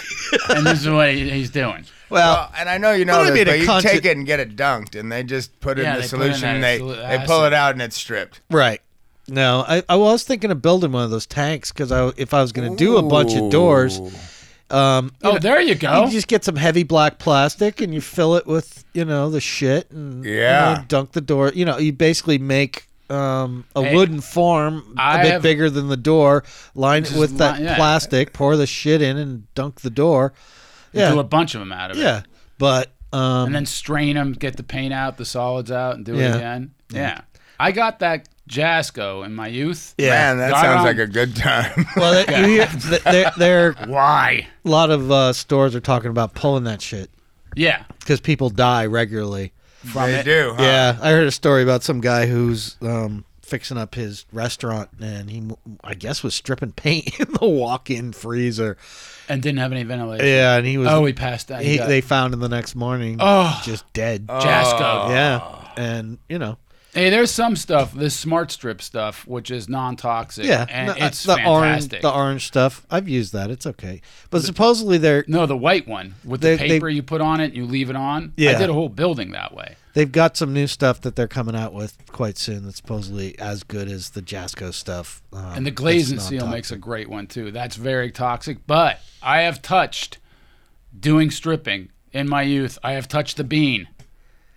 Speaker 2: and this is what he, he's doing.
Speaker 1: well,
Speaker 3: Well, and I know you
Speaker 1: What
Speaker 3: know
Speaker 1: do you
Speaker 3: this,
Speaker 1: mean a
Speaker 3: but you
Speaker 1: conscious-
Speaker 3: take it and get it dunked, and they just put
Speaker 2: Yeah,
Speaker 3: in
Speaker 2: they
Speaker 3: the
Speaker 2: put in
Speaker 3: solution. and
Speaker 2: that
Speaker 3: they
Speaker 2: solu-
Speaker 3: they pull
Speaker 2: acid.
Speaker 3: it out and it's stripped.
Speaker 1: Right. No, I, I was thinking of building one of those tanks because I if I was going to do a bunch of doors,
Speaker 3: Ooh.
Speaker 1: um, you,
Speaker 2: Oh,
Speaker 1: know,
Speaker 2: there you go.
Speaker 1: you just get some heavy black plastic and you fill it with you know the shit and you know,
Speaker 3: Yeah.
Speaker 1: dunk the door. You know, you basically make um, a
Speaker 2: Hey,
Speaker 1: wooden form a
Speaker 2: I
Speaker 1: bit
Speaker 2: have-
Speaker 1: bigger than the door, line it
Speaker 2: Just
Speaker 1: with that
Speaker 2: li- yeah.
Speaker 1: plastic, pour the shit in, and dunk the door.
Speaker 2: You Do
Speaker 1: Yeah,
Speaker 2: a bunch of them out of it.
Speaker 1: yeah, but um,
Speaker 2: And then strain them, get the paint out, the solids out, and do
Speaker 1: Yeah.
Speaker 2: it again. Yeah. I got that Jasco in my youth.
Speaker 1: yeah.
Speaker 3: Man, that
Speaker 2: Got
Speaker 3: sounds
Speaker 2: on.
Speaker 3: like a good time.
Speaker 1: well, that- you hear, th- they're, they're, a
Speaker 2: Why?
Speaker 1: lot of uh, stores are talking about pulling that shit.
Speaker 2: Yeah.
Speaker 1: because people die regularly.
Speaker 2: From
Speaker 3: they
Speaker 2: it.
Speaker 3: do. Huh?
Speaker 1: Yeah, I heard a story about some guy who's um, fixing up his restaurant, and he, I guess, was stripping paint in the walk-in freezer.
Speaker 2: And didn't have any ventilation.
Speaker 1: Yeah, and he was.
Speaker 2: Oh, he passed out. He
Speaker 1: he,
Speaker 2: got-
Speaker 1: they found him the next morning,
Speaker 2: Oh.
Speaker 1: just dead.
Speaker 3: Oh.
Speaker 2: Jasco.
Speaker 1: Yeah, and you know,
Speaker 2: Hey, there's some stuff, this smart strip stuff, which is non toxic.
Speaker 1: yeah,
Speaker 2: And
Speaker 1: no, uh,
Speaker 2: it's
Speaker 1: the orange,
Speaker 2: fantastic.
Speaker 1: the orange stuff. I've used that; it's okay. But supposedly they're
Speaker 2: no, the white one with
Speaker 1: They-
Speaker 2: the
Speaker 1: they-
Speaker 2: paper you put on it and you leave it on.
Speaker 1: Yeah.
Speaker 2: I did a whole building that way.
Speaker 1: they've got some new stuff that they're coming out with quite soon. That's supposedly as good as the Jasco stuff. Um,
Speaker 2: And the
Speaker 1: that's
Speaker 2: glaze and seal
Speaker 1: non-toxic.
Speaker 2: makes a great one too. That's very toxic, but I have touched doing stripping in my youth. I have touched the bean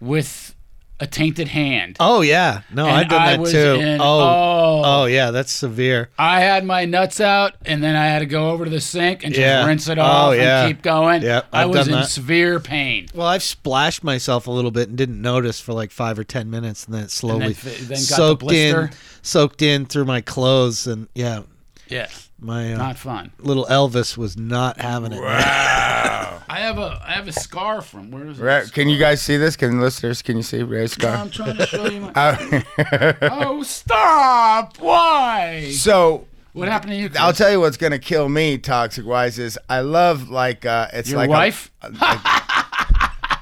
Speaker 2: with a tainted hand.
Speaker 1: Oh yeah, no,
Speaker 2: And
Speaker 1: I've done
Speaker 2: I
Speaker 1: that
Speaker 2: was
Speaker 1: too.
Speaker 2: in-
Speaker 1: oh,
Speaker 2: oh.
Speaker 1: oh yeah, that's severe.
Speaker 2: I had my nuts out, and then I had to go over to the sink and just
Speaker 1: Yeah.
Speaker 2: rinse it
Speaker 1: Oh,
Speaker 2: off
Speaker 1: yeah.
Speaker 2: and keep going.
Speaker 1: Yep,
Speaker 2: I
Speaker 1: I've
Speaker 2: was
Speaker 1: done
Speaker 2: in
Speaker 1: that.
Speaker 2: severe pain.
Speaker 1: Well, I've splashed myself a little bit and didn't notice for like five or ten minutes, and then it slowly
Speaker 2: fi- then got the
Speaker 1: soaked in,
Speaker 2: blister.
Speaker 1: soaked in through my clothes, and yeah,
Speaker 2: Yeah,
Speaker 1: my uh,
Speaker 2: not fun.
Speaker 1: little Elvis was not having it.
Speaker 2: I have a I have a scar from where is it?
Speaker 3: Ra- Can you guys see this? Can listeners? Can you see Ray's scar?
Speaker 2: I'm trying to show you my.
Speaker 3: Uh,
Speaker 2: oh, stop! Why?
Speaker 3: so
Speaker 2: What happened to you?
Speaker 3: I'll
Speaker 2: Chris?
Speaker 3: tell you what's gonna kill me, toxic wise, is I love like uh, it's
Speaker 2: your
Speaker 3: like a-
Speaker 2: wife.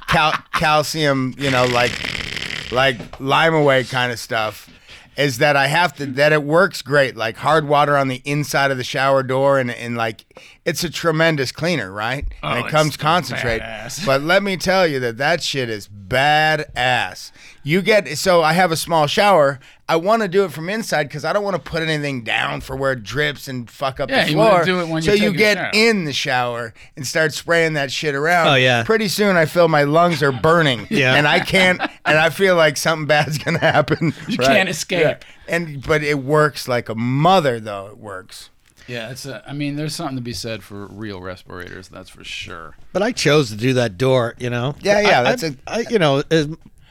Speaker 3: cal- calcium, you know, like like lime away kind of stuff. Is that I have to that it works great, like hard water on the inside of the shower door, and and like it's a tremendous cleaner, right?
Speaker 2: Oh,
Speaker 3: and it
Speaker 2: it's
Speaker 3: comes concentrate.
Speaker 2: badass.
Speaker 3: But let me tell you that that shit is badass. You get so I have a small shower. I want to do it from inside because I don't want to put anything down for where it drips and fuck up
Speaker 2: Yeah,
Speaker 3: the
Speaker 2: you wanna
Speaker 3: floor.
Speaker 2: do it when
Speaker 3: so
Speaker 2: you
Speaker 3: you
Speaker 2: take a
Speaker 3: get
Speaker 2: shower.
Speaker 3: in the shower and start spraying that shit around.
Speaker 1: Oh, yeah.
Speaker 3: Pretty soon I feel my lungs are burning.
Speaker 1: Yeah.
Speaker 3: And I can't and I feel like something bad's gonna happen.
Speaker 2: You can't escape.
Speaker 3: And but it works like a mother though, it works.
Speaker 2: yeah, it's a. I mean, there's something to be said for real respirators. That's for sure.
Speaker 1: But I chose to do that door, you know.
Speaker 3: Yeah, yeah,
Speaker 1: I-
Speaker 3: that's
Speaker 1: I-
Speaker 3: a-
Speaker 1: I- you know, as-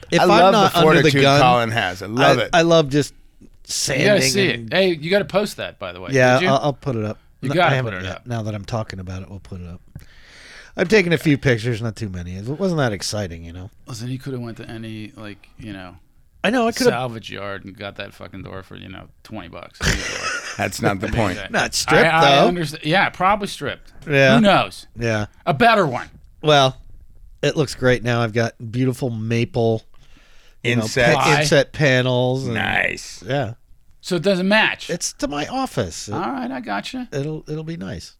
Speaker 1: if
Speaker 3: I
Speaker 1: am
Speaker 3: love
Speaker 1: not
Speaker 3: the
Speaker 1: under
Speaker 3: fortitude
Speaker 1: the gun,
Speaker 3: Colin has. I love
Speaker 1: I,
Speaker 3: it.
Speaker 1: I love just
Speaker 2: You gotta
Speaker 1: sanding.
Speaker 2: see
Speaker 1: and-
Speaker 2: it. Hey, you gotta post that by the way.
Speaker 1: Yeah, uh,
Speaker 2: Did you?
Speaker 1: I'll, I'll put it up.
Speaker 2: You gotta
Speaker 1: I haven't
Speaker 2: put it
Speaker 1: yet.
Speaker 2: up.
Speaker 1: Now that I'm talking about it, we'll put it up. I've taken a few pictures, not too many. It wasn't that exciting, you know.
Speaker 2: Listen, he could have went to any like you know
Speaker 1: I know I could have.
Speaker 2: salvage yard and got that fucking door for you know twenty bucks.
Speaker 3: That's not the point.
Speaker 1: Not stripped
Speaker 2: I, I
Speaker 1: though.
Speaker 2: understand. Yeah, probably stripped.
Speaker 1: Yeah.
Speaker 2: Who knows?
Speaker 1: Yeah.
Speaker 2: A better one.
Speaker 1: Well, it looks great now. I've got beautiful maple you know,
Speaker 3: Insects.
Speaker 1: pa- inset panels. And,
Speaker 3: Nice.
Speaker 1: Yeah,
Speaker 2: So it doesn't match.
Speaker 1: it's to my office. It,
Speaker 2: All right, I got you.
Speaker 1: will it'll be nice.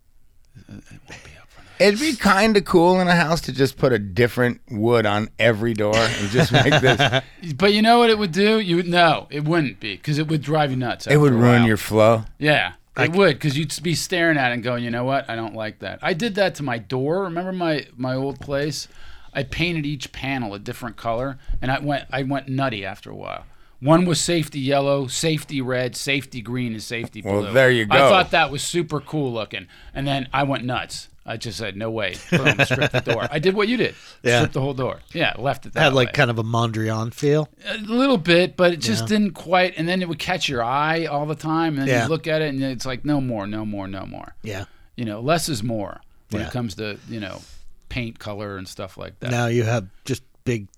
Speaker 3: It'd be kind of cool in a house to just put a different wood on every door and just make this.
Speaker 2: But you know what it would do? You would no, it wouldn't be because it would drive you nuts.
Speaker 3: It would
Speaker 2: after a
Speaker 3: ruin
Speaker 2: while.
Speaker 3: your flow.
Speaker 2: Yeah, it would because you'd be staring at it and going, you know what? I don't like that. I did that to my door. Remember my my old place? I painted each panel a different color, and I went I went nutty after a while. One was safety yellow, safety red, safety green, and safety blue.
Speaker 3: Well, there you
Speaker 2: I
Speaker 3: go.
Speaker 2: thought that was super cool looking, and then I went nuts. I just said, no way. Boom, stripped the door. I did what you did.
Speaker 1: Yeah.
Speaker 2: Stripped the whole door. Yeah, left it that
Speaker 1: It had like
Speaker 2: way.
Speaker 1: kind of a Mondrian feel.
Speaker 2: A little bit, but it just didn't quite. And then it would catch your eye all the time. And then
Speaker 1: Yeah.
Speaker 2: you look at it, and it's like, no more, no more, no more.
Speaker 1: Yeah.
Speaker 2: You know, less is more when
Speaker 1: Yeah.
Speaker 2: it comes to you know paint color and stuff like that.
Speaker 1: Now you have just big,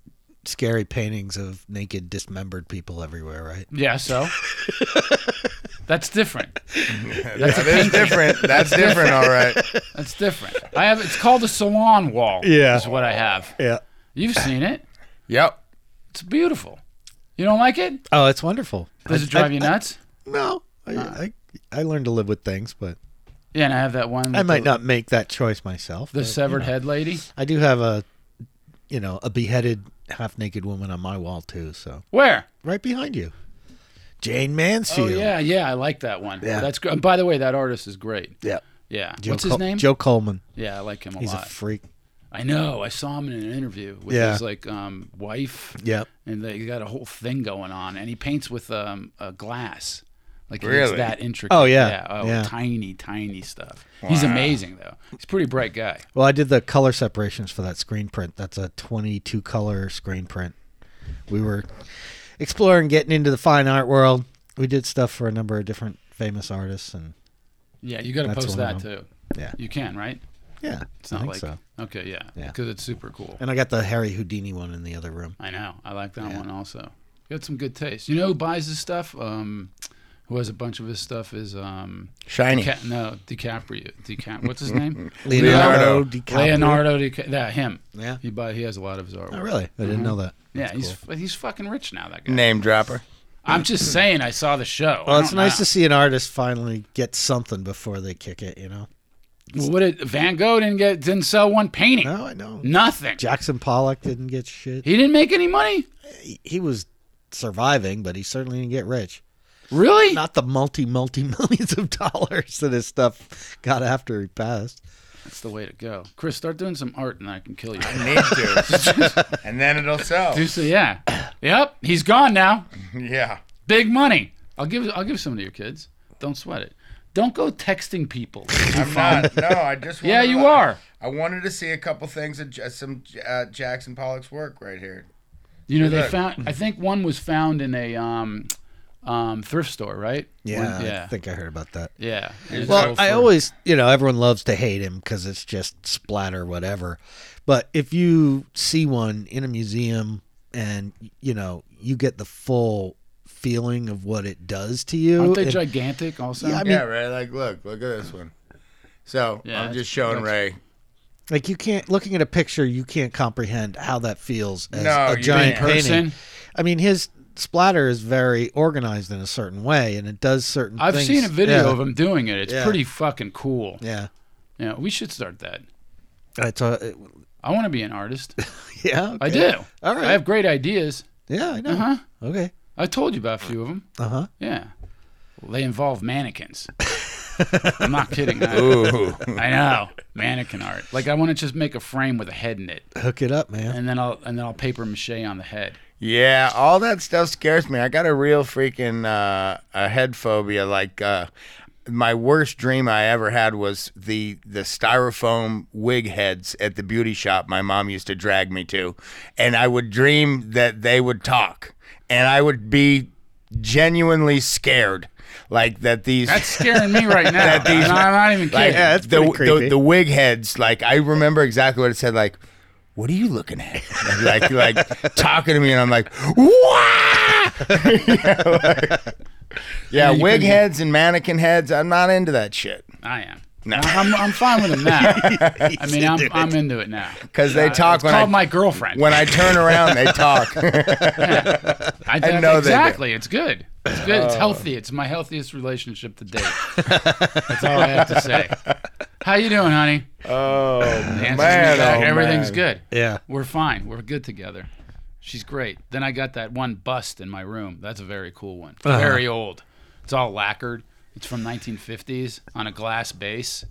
Speaker 1: scary paintings of naked, dismembered people everywhere, right?
Speaker 2: Yeah, so that's different.
Speaker 3: That's different. That's different, all right.
Speaker 2: That's different. I have. It's called a salon wall.
Speaker 1: Yeah.
Speaker 2: is what I have.
Speaker 1: Yeah.
Speaker 2: You've seen it.
Speaker 3: Yep.
Speaker 2: It's beautiful. You don't like it?
Speaker 1: Oh, it's wonderful.
Speaker 2: Does it drive you Uh, nuts?
Speaker 1: No, I, I I learned to live with things, but
Speaker 2: Yeah, and I have that one.
Speaker 1: I
Speaker 2: with
Speaker 1: might
Speaker 2: the,
Speaker 1: not make that choice myself.
Speaker 2: The
Speaker 1: but,
Speaker 2: severed head lady.
Speaker 1: I do have a, you know, a beheaded, half-naked woman on my wall too. So
Speaker 2: Where?
Speaker 1: right behind you, Jane
Speaker 2: Oh
Speaker 1: Mansfield.
Speaker 2: yeah, yeah, I like that one.
Speaker 1: Yeah.
Speaker 2: that's great. And by the way, that artist is great.
Speaker 1: yeah.
Speaker 2: Yeah,
Speaker 1: Joe
Speaker 2: what's his
Speaker 1: Col-
Speaker 2: name?
Speaker 1: Joe Coleman.
Speaker 2: Yeah, I like him a
Speaker 1: He's a
Speaker 2: lot.
Speaker 1: freak.
Speaker 2: I know. I saw him in an interview with
Speaker 1: Yeah.
Speaker 2: his like um, wife.
Speaker 1: Yep.
Speaker 2: and they got a whole thing going on, and he paints with um, a glass. Like it's
Speaker 3: Really?
Speaker 2: that intricate.
Speaker 1: Oh, yeah.
Speaker 2: Oh,
Speaker 1: Yeah.
Speaker 2: tiny, tiny stuff. He's amazing though. He's a pretty bright guy.
Speaker 1: Well, I did the color separations for that screen print. That's a 22 color screen print. We were exploring getting into the fine art world. We did stuff for a number of different famous artists and
Speaker 2: Yeah, you got to
Speaker 1: That's one
Speaker 2: post that
Speaker 1: of
Speaker 2: too.
Speaker 1: yeah.
Speaker 2: You can, right?
Speaker 1: Yeah.
Speaker 2: It's not
Speaker 1: I think
Speaker 2: like
Speaker 1: so.
Speaker 2: okay, yeah,
Speaker 1: Yeah.
Speaker 2: because it's super cool.
Speaker 1: And I got the Harry Houdini one in the other room.
Speaker 2: I know. I like that one also. You got some good taste. You know who buys his stuff? Um, who has a bunch of his stuff is um,
Speaker 3: Shiny.
Speaker 2: Ca- no DiCaprio. DiCap. What's his name?
Speaker 1: Leonardo,
Speaker 3: Leonardo.
Speaker 1: DiCaprio.
Speaker 2: Leonardo DiCaprio. Yeah, him.
Speaker 1: Yeah.
Speaker 2: He buy. He has a lot of his artwork.
Speaker 1: Oh, really? I didn't know that.
Speaker 2: Mm-hmm. Yeah,
Speaker 1: That's
Speaker 2: he's
Speaker 1: cool. Mm.
Speaker 2: he's fucking rich now. That guy.
Speaker 3: Name dropper.
Speaker 2: I'm just saying. I saw the show.
Speaker 1: Well, it's nice to
Speaker 2: know.
Speaker 1: see an artist finally get something before they kick it, you know?
Speaker 2: Well, what did Van Gogh didn't get? Didn't sell one painting.
Speaker 1: No, I know.
Speaker 2: Nothing.
Speaker 1: Jackson Pollock didn't get shit.
Speaker 2: He didn't make any money.
Speaker 1: He, he was surviving, but he certainly didn't get rich.
Speaker 2: Really?
Speaker 1: Not the multi, multi millions of dollars that his stuff got after he passed.
Speaker 2: That's the way to go. Chris, start doing some art, and I can kill you.
Speaker 3: Need to. and then it'll sell.
Speaker 2: Do so, yeah. Yep, he's gone now.
Speaker 3: Yeah.
Speaker 2: Big money. I'll give I'll give some to your kids. Don't sweat it. Don't go texting people.
Speaker 3: I'm not. No, I just.
Speaker 2: yeah,
Speaker 3: wanted
Speaker 2: you
Speaker 3: to-
Speaker 2: are.
Speaker 3: I wanted to see a couple things of Ja- some uh, Jackson Pollock's work right here.
Speaker 2: You know,
Speaker 3: You're
Speaker 2: they
Speaker 3: right.
Speaker 2: found. I think one was found in a um, um, thrift store, right?
Speaker 1: Yeah,
Speaker 2: One-
Speaker 1: I
Speaker 2: yeah,
Speaker 1: think I heard about that.
Speaker 2: yeah. It's
Speaker 1: Well,
Speaker 2: all
Speaker 1: I
Speaker 2: for-
Speaker 1: always, you know, everyone loves to hate him because it's just splatter, whatever. But if you see one in a museum and, you know, you get the full feeling of what it does to you.
Speaker 2: Aren't they
Speaker 1: and-
Speaker 2: gigantic? Also,
Speaker 1: Yeah, I mean-
Speaker 3: yeah, right. Like, look, look at this one. So
Speaker 2: Yeah,
Speaker 3: I'm
Speaker 2: it's-
Speaker 3: just showing Ray.
Speaker 1: like, you can't, looking at a picture, you can't comprehend how that feels as
Speaker 3: No,
Speaker 1: a
Speaker 3: you
Speaker 1: giant
Speaker 3: can't.
Speaker 1: painting.
Speaker 2: person.
Speaker 1: I mean, his splatter is very organized in a certain way and it does certain
Speaker 2: I've
Speaker 1: things.
Speaker 2: seen a video
Speaker 1: yeah.
Speaker 2: of him doing it. It's
Speaker 1: Yeah.
Speaker 2: pretty fucking cool. Yeah.
Speaker 1: Yeah.
Speaker 2: we should start that.
Speaker 1: I thought, uh,
Speaker 2: I want to be an artist.
Speaker 1: yeah.
Speaker 2: I
Speaker 1: okay.
Speaker 2: do.
Speaker 1: All right.
Speaker 2: I have great ideas.
Speaker 1: Yeah, I know.
Speaker 2: Uh huh.
Speaker 1: Okay.
Speaker 2: I told you about a few of them.
Speaker 1: Uh huh.
Speaker 2: Yeah. Well, they involve mannequins. I'm not kidding. I,
Speaker 3: Ooh.
Speaker 2: I know mannequin art. Like I want to just make a frame with a head in it,
Speaker 1: Hook it up, man.
Speaker 2: and then I'll and then I'll paper mache on the head.
Speaker 3: yeah, all that stuff scares me. I got a real freaking uh, a head phobia. Like uh, my worst dream I ever had was the the styrofoam wig heads at the beauty shop my mom used to drag me to, and I would dream that they would talk, and I would be genuinely scared, like that these.
Speaker 2: That's scaring me right now. No, I'm not even kidding.
Speaker 3: Like,
Speaker 1: that's
Speaker 3: the,
Speaker 1: pretty
Speaker 3: the-
Speaker 1: creepy.
Speaker 3: The, wig heads, like I remember exactly what it said. Like, what are you looking at? Like, like, like, talking to me, and I'm like, "Wah!" yeah, like- yeah,
Speaker 2: you
Speaker 3: wig
Speaker 2: can-
Speaker 3: heads and mannequin heads. I'm not into that shit
Speaker 2: I am.
Speaker 3: No.
Speaker 2: I'm, I'm fine with them now. I mean, I'm, I'm into it now.
Speaker 3: because they talk
Speaker 2: It's
Speaker 3: when I
Speaker 2: called my girlfriend.
Speaker 3: when I turn around. They talk.
Speaker 2: I,
Speaker 3: know they do. Oh.
Speaker 2: exactly. It's good. It's good. It's healthy. It's my healthiest relationship to date. That's all I have to say. How you doing, honey?
Speaker 3: oh
Speaker 2: The
Speaker 3: man, oh,
Speaker 2: answer's back. everything's good.
Speaker 1: Yeah.
Speaker 2: We're fine. We're good together. She's great. Then I got that one bust in my room. That's a very cool one.
Speaker 1: Uh-huh.
Speaker 2: Very old. It's all lacquered. It's from 1950s on a glass base.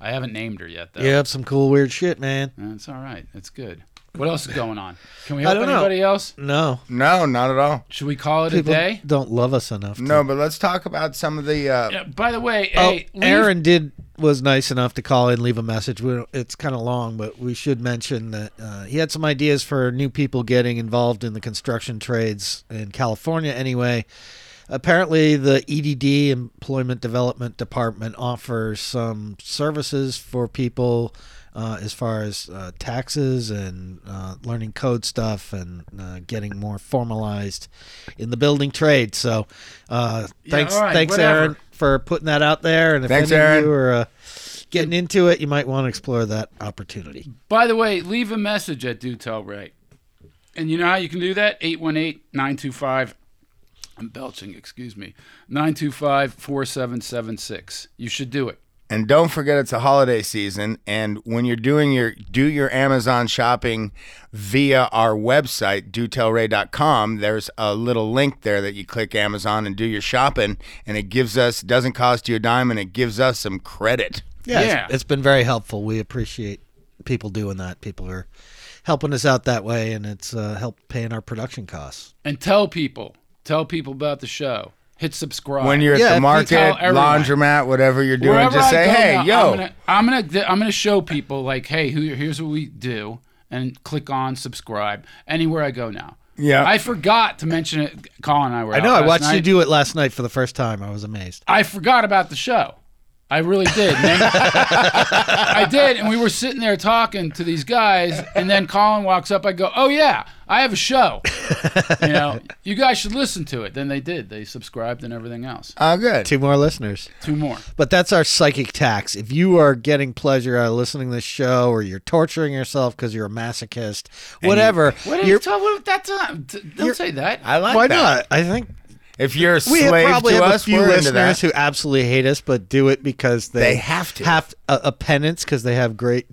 Speaker 2: I haven't named her yet though.
Speaker 1: You have some cool, weird shit, man.
Speaker 2: That's all right. That's good. What else is going on? Can we
Speaker 1: I
Speaker 2: help
Speaker 1: don't know.
Speaker 2: anybody else?
Speaker 1: No,
Speaker 3: No, not at all.
Speaker 2: Should we call it
Speaker 1: people
Speaker 2: a day?
Speaker 1: don't love us enough. to-
Speaker 3: No, but let's talk about some of the. Uh,
Speaker 2: Yeah, by the way,
Speaker 1: Oh,
Speaker 2: hey, leave-
Speaker 1: Aaron did was nice enough to call and leave a message. We don't, it's kind of long, but we should mention that uh, he had some ideas for new people getting involved in the construction trades in California. Anyway, apparently the EDD Employment Development Department offers some services for people uh, as far as uh, taxes and uh, learning code stuff and uh, getting more formalized in the building trade. So, uh, thanks,
Speaker 2: all right,
Speaker 1: thanks,
Speaker 2: whatever.
Speaker 1: Aaron, for putting that out there. And if
Speaker 3: Thanks,
Speaker 1: any
Speaker 3: Aaron.
Speaker 1: of you are uh, getting into it, you might want to explore that opportunity.
Speaker 2: By the way, leave a message at Do Tell Right. And you know how you can do that? 818 925. I'm belching, excuse me. 925 4776. You should do it.
Speaker 3: And don't forget it's a holiday season and when you're doing your do your Amazon shopping via our website dotelray.com there's a little link there that you click Amazon and do your shopping and it gives us doesn't cost you a dime and it gives us some credit.
Speaker 1: yeah, it's-
Speaker 2: Yeah.
Speaker 1: it's been very helpful. We appreciate people doing that. People are helping us out that way, and it's uh, helped paying our production costs.
Speaker 2: And tell people. Tell people about the show. Hit subscribe.
Speaker 3: When you're
Speaker 1: Yeah,
Speaker 3: at
Speaker 1: if
Speaker 3: the
Speaker 1: you
Speaker 3: market,
Speaker 2: tell everyone.
Speaker 3: laundromat, whatever you're doing,
Speaker 2: Wherever
Speaker 3: just
Speaker 2: I
Speaker 3: say,
Speaker 2: go
Speaker 3: "Hey,
Speaker 2: now,
Speaker 3: yo."
Speaker 2: I'm gonna, I'm gonna do- I'm gonna show people like, hey, who, here's what we do, and click on subscribe anywhere I go now.
Speaker 3: Yeah.
Speaker 2: I forgot to mention it. Colin and I were.
Speaker 1: I know. I watched you do it last night for the first time. I was amazed.
Speaker 2: I forgot about the show. I really did. And then- I did, and we were sitting there talking to these guys, and then Colin walks up. I go, "Oh yeah, I have a show. You know, you guys should listen to it." Then they did. They subscribed and everything else.
Speaker 3: Oh, good.
Speaker 1: Two more listeners.
Speaker 2: Two more.
Speaker 1: But that's our psychic tax. If you are getting pleasure out of listening to this show, or you're torturing yourself because you're a masochist, whatever.
Speaker 2: What are you
Speaker 1: you're-
Speaker 2: talking about? That's not. d- Don't say that.
Speaker 3: I like
Speaker 1: why
Speaker 3: that.
Speaker 1: not? I think
Speaker 3: If you're a
Speaker 1: we have
Speaker 3: slave
Speaker 1: probably
Speaker 3: to
Speaker 1: have
Speaker 3: us,
Speaker 1: a few
Speaker 3: we're into that.
Speaker 1: listeners who absolutely hate us, but do it because they,
Speaker 3: They have to.
Speaker 1: have a, a penance because they have great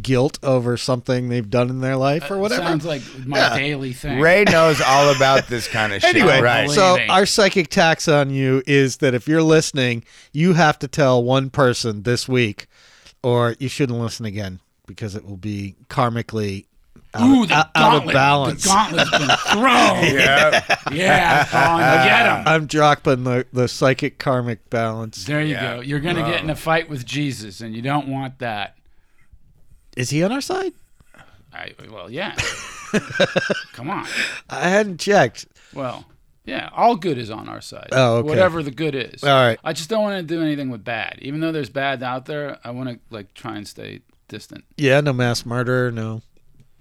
Speaker 1: guilt over something they've done in their life
Speaker 2: Uh,
Speaker 1: or whatever.
Speaker 2: Sounds like my daily thing.
Speaker 3: Ray knows all about this kind of shit,
Speaker 1: anyway,
Speaker 3: right?
Speaker 1: so
Speaker 2: Leaving.
Speaker 1: our psychic tax on you is that if you're listening, you have to tell one person this week, or you shouldn't listen again because it will be karmically
Speaker 2: Ooh, the
Speaker 1: out of
Speaker 2: gauntlet.
Speaker 1: balance.
Speaker 2: The gauntlet's been thrown. yeah,
Speaker 3: Yeah.
Speaker 2: Colin, get him.
Speaker 1: I'm dropping the, the psychic karmic balance.
Speaker 2: There you
Speaker 3: Yeah.
Speaker 2: go. You're gonna get in a fight with Jesus, and you don't want that.
Speaker 1: Is he on our side?
Speaker 2: I, well, yeah. Come on.
Speaker 1: I hadn't checked.
Speaker 2: Well, yeah, all good is on our side.
Speaker 1: Oh, okay.
Speaker 2: Whatever the good is.
Speaker 1: All right.
Speaker 2: I just don't want to do anything with bad. Even though there's bad out there, I want to like try and stay distant.
Speaker 1: Yeah, no mass murder, no.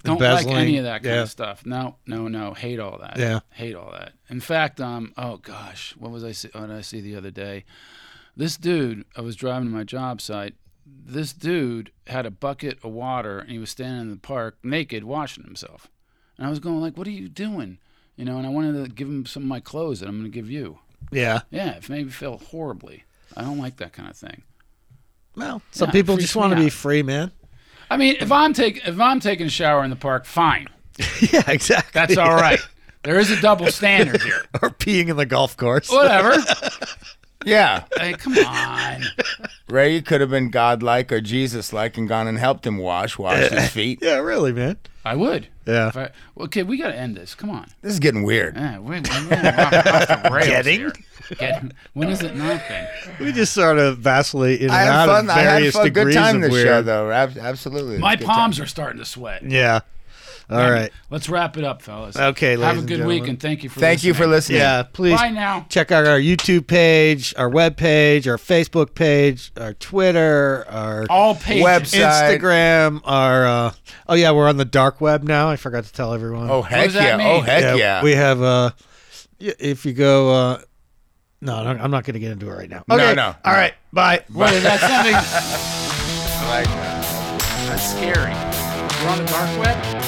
Speaker 2: Don't
Speaker 1: Embezzling.
Speaker 2: like any of that kind
Speaker 1: yeah.
Speaker 2: of stuff. No, no, no. Hate all that.
Speaker 1: Yeah.
Speaker 2: Hate all that. In fact, um, oh gosh, what was I see? What did I see the other day? This dude, I was driving to my job site. This dude had a bucket of water and he was standing in the park naked, washing himself. And I was going like, "What are you doing?" You know. And I wanted to give him some of my clothes that I'm going to give you.
Speaker 1: Yeah.
Speaker 2: Yeah, it made me feel horribly. I don't like that kind of thing.
Speaker 1: Well, some
Speaker 2: Yeah, it
Speaker 1: people
Speaker 2: freaks
Speaker 1: just want to
Speaker 2: me
Speaker 1: be
Speaker 2: out.
Speaker 1: free, man.
Speaker 2: I mean, if I'm taking if I'm taking a shower in the park, fine.
Speaker 1: yeah, exactly.
Speaker 2: That's all right. There is a double standard here.
Speaker 1: or peeing in the golf course.
Speaker 2: Whatever.
Speaker 3: Yeah.
Speaker 2: Hey, come on.
Speaker 3: Ray could have been godlike or Jesus like and gone and helped him wash, wash his feet.
Speaker 1: Yeah, really, man.
Speaker 2: I would.
Speaker 1: Yeah.
Speaker 2: If I, okay, we got to end this. Come on.
Speaker 3: This is getting weird.
Speaker 2: Yeah, we're, we're off, off the rails
Speaker 1: Getting?
Speaker 2: here. Getting- when is it not then?
Speaker 1: We just sort of vacillate in and
Speaker 3: I
Speaker 1: out
Speaker 3: had fun.
Speaker 1: of
Speaker 3: I had
Speaker 1: various
Speaker 3: fun. Good
Speaker 1: degrees
Speaker 3: time
Speaker 1: of
Speaker 3: this
Speaker 1: weird.
Speaker 3: show, though. Ab- Absolutely.
Speaker 2: My
Speaker 3: Good
Speaker 2: palms are starting to sweat.
Speaker 1: Yeah. All right.
Speaker 2: Let's wrap it up, fellas.
Speaker 1: Okay,
Speaker 2: Have
Speaker 1: ladies
Speaker 2: a
Speaker 1: and
Speaker 2: good
Speaker 1: gentlemen.
Speaker 2: week and thank you for
Speaker 3: Thank you for
Speaker 2: listening.
Speaker 3: listening.
Speaker 1: Yeah, please
Speaker 2: Bye now.
Speaker 1: check out our YouTube page, our web page, our Facebook page, our Twitter, our
Speaker 2: All pages.
Speaker 3: Webs- Side.
Speaker 1: Instagram, our uh, oh yeah, we're on the dark web now. I forgot to tell everyone.
Speaker 3: Oh heck
Speaker 2: does that
Speaker 3: yeah!
Speaker 2: mean?
Speaker 3: Oh heck yeah!
Speaker 1: we have uh, y- if you go uh, no, no, I'm not going to get into it right now.
Speaker 3: No,
Speaker 1: Okay,
Speaker 3: no,
Speaker 1: all right, bye.
Speaker 2: Wait, that's something
Speaker 3: I like that.
Speaker 2: that's scary. We're on the dark web.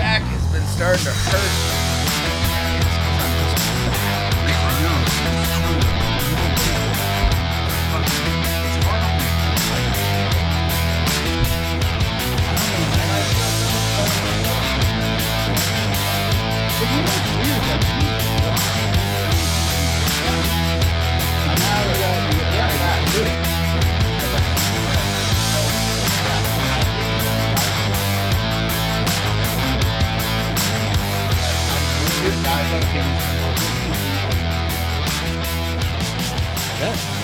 Speaker 3: back has been starting to hurt.
Speaker 1: Yeah.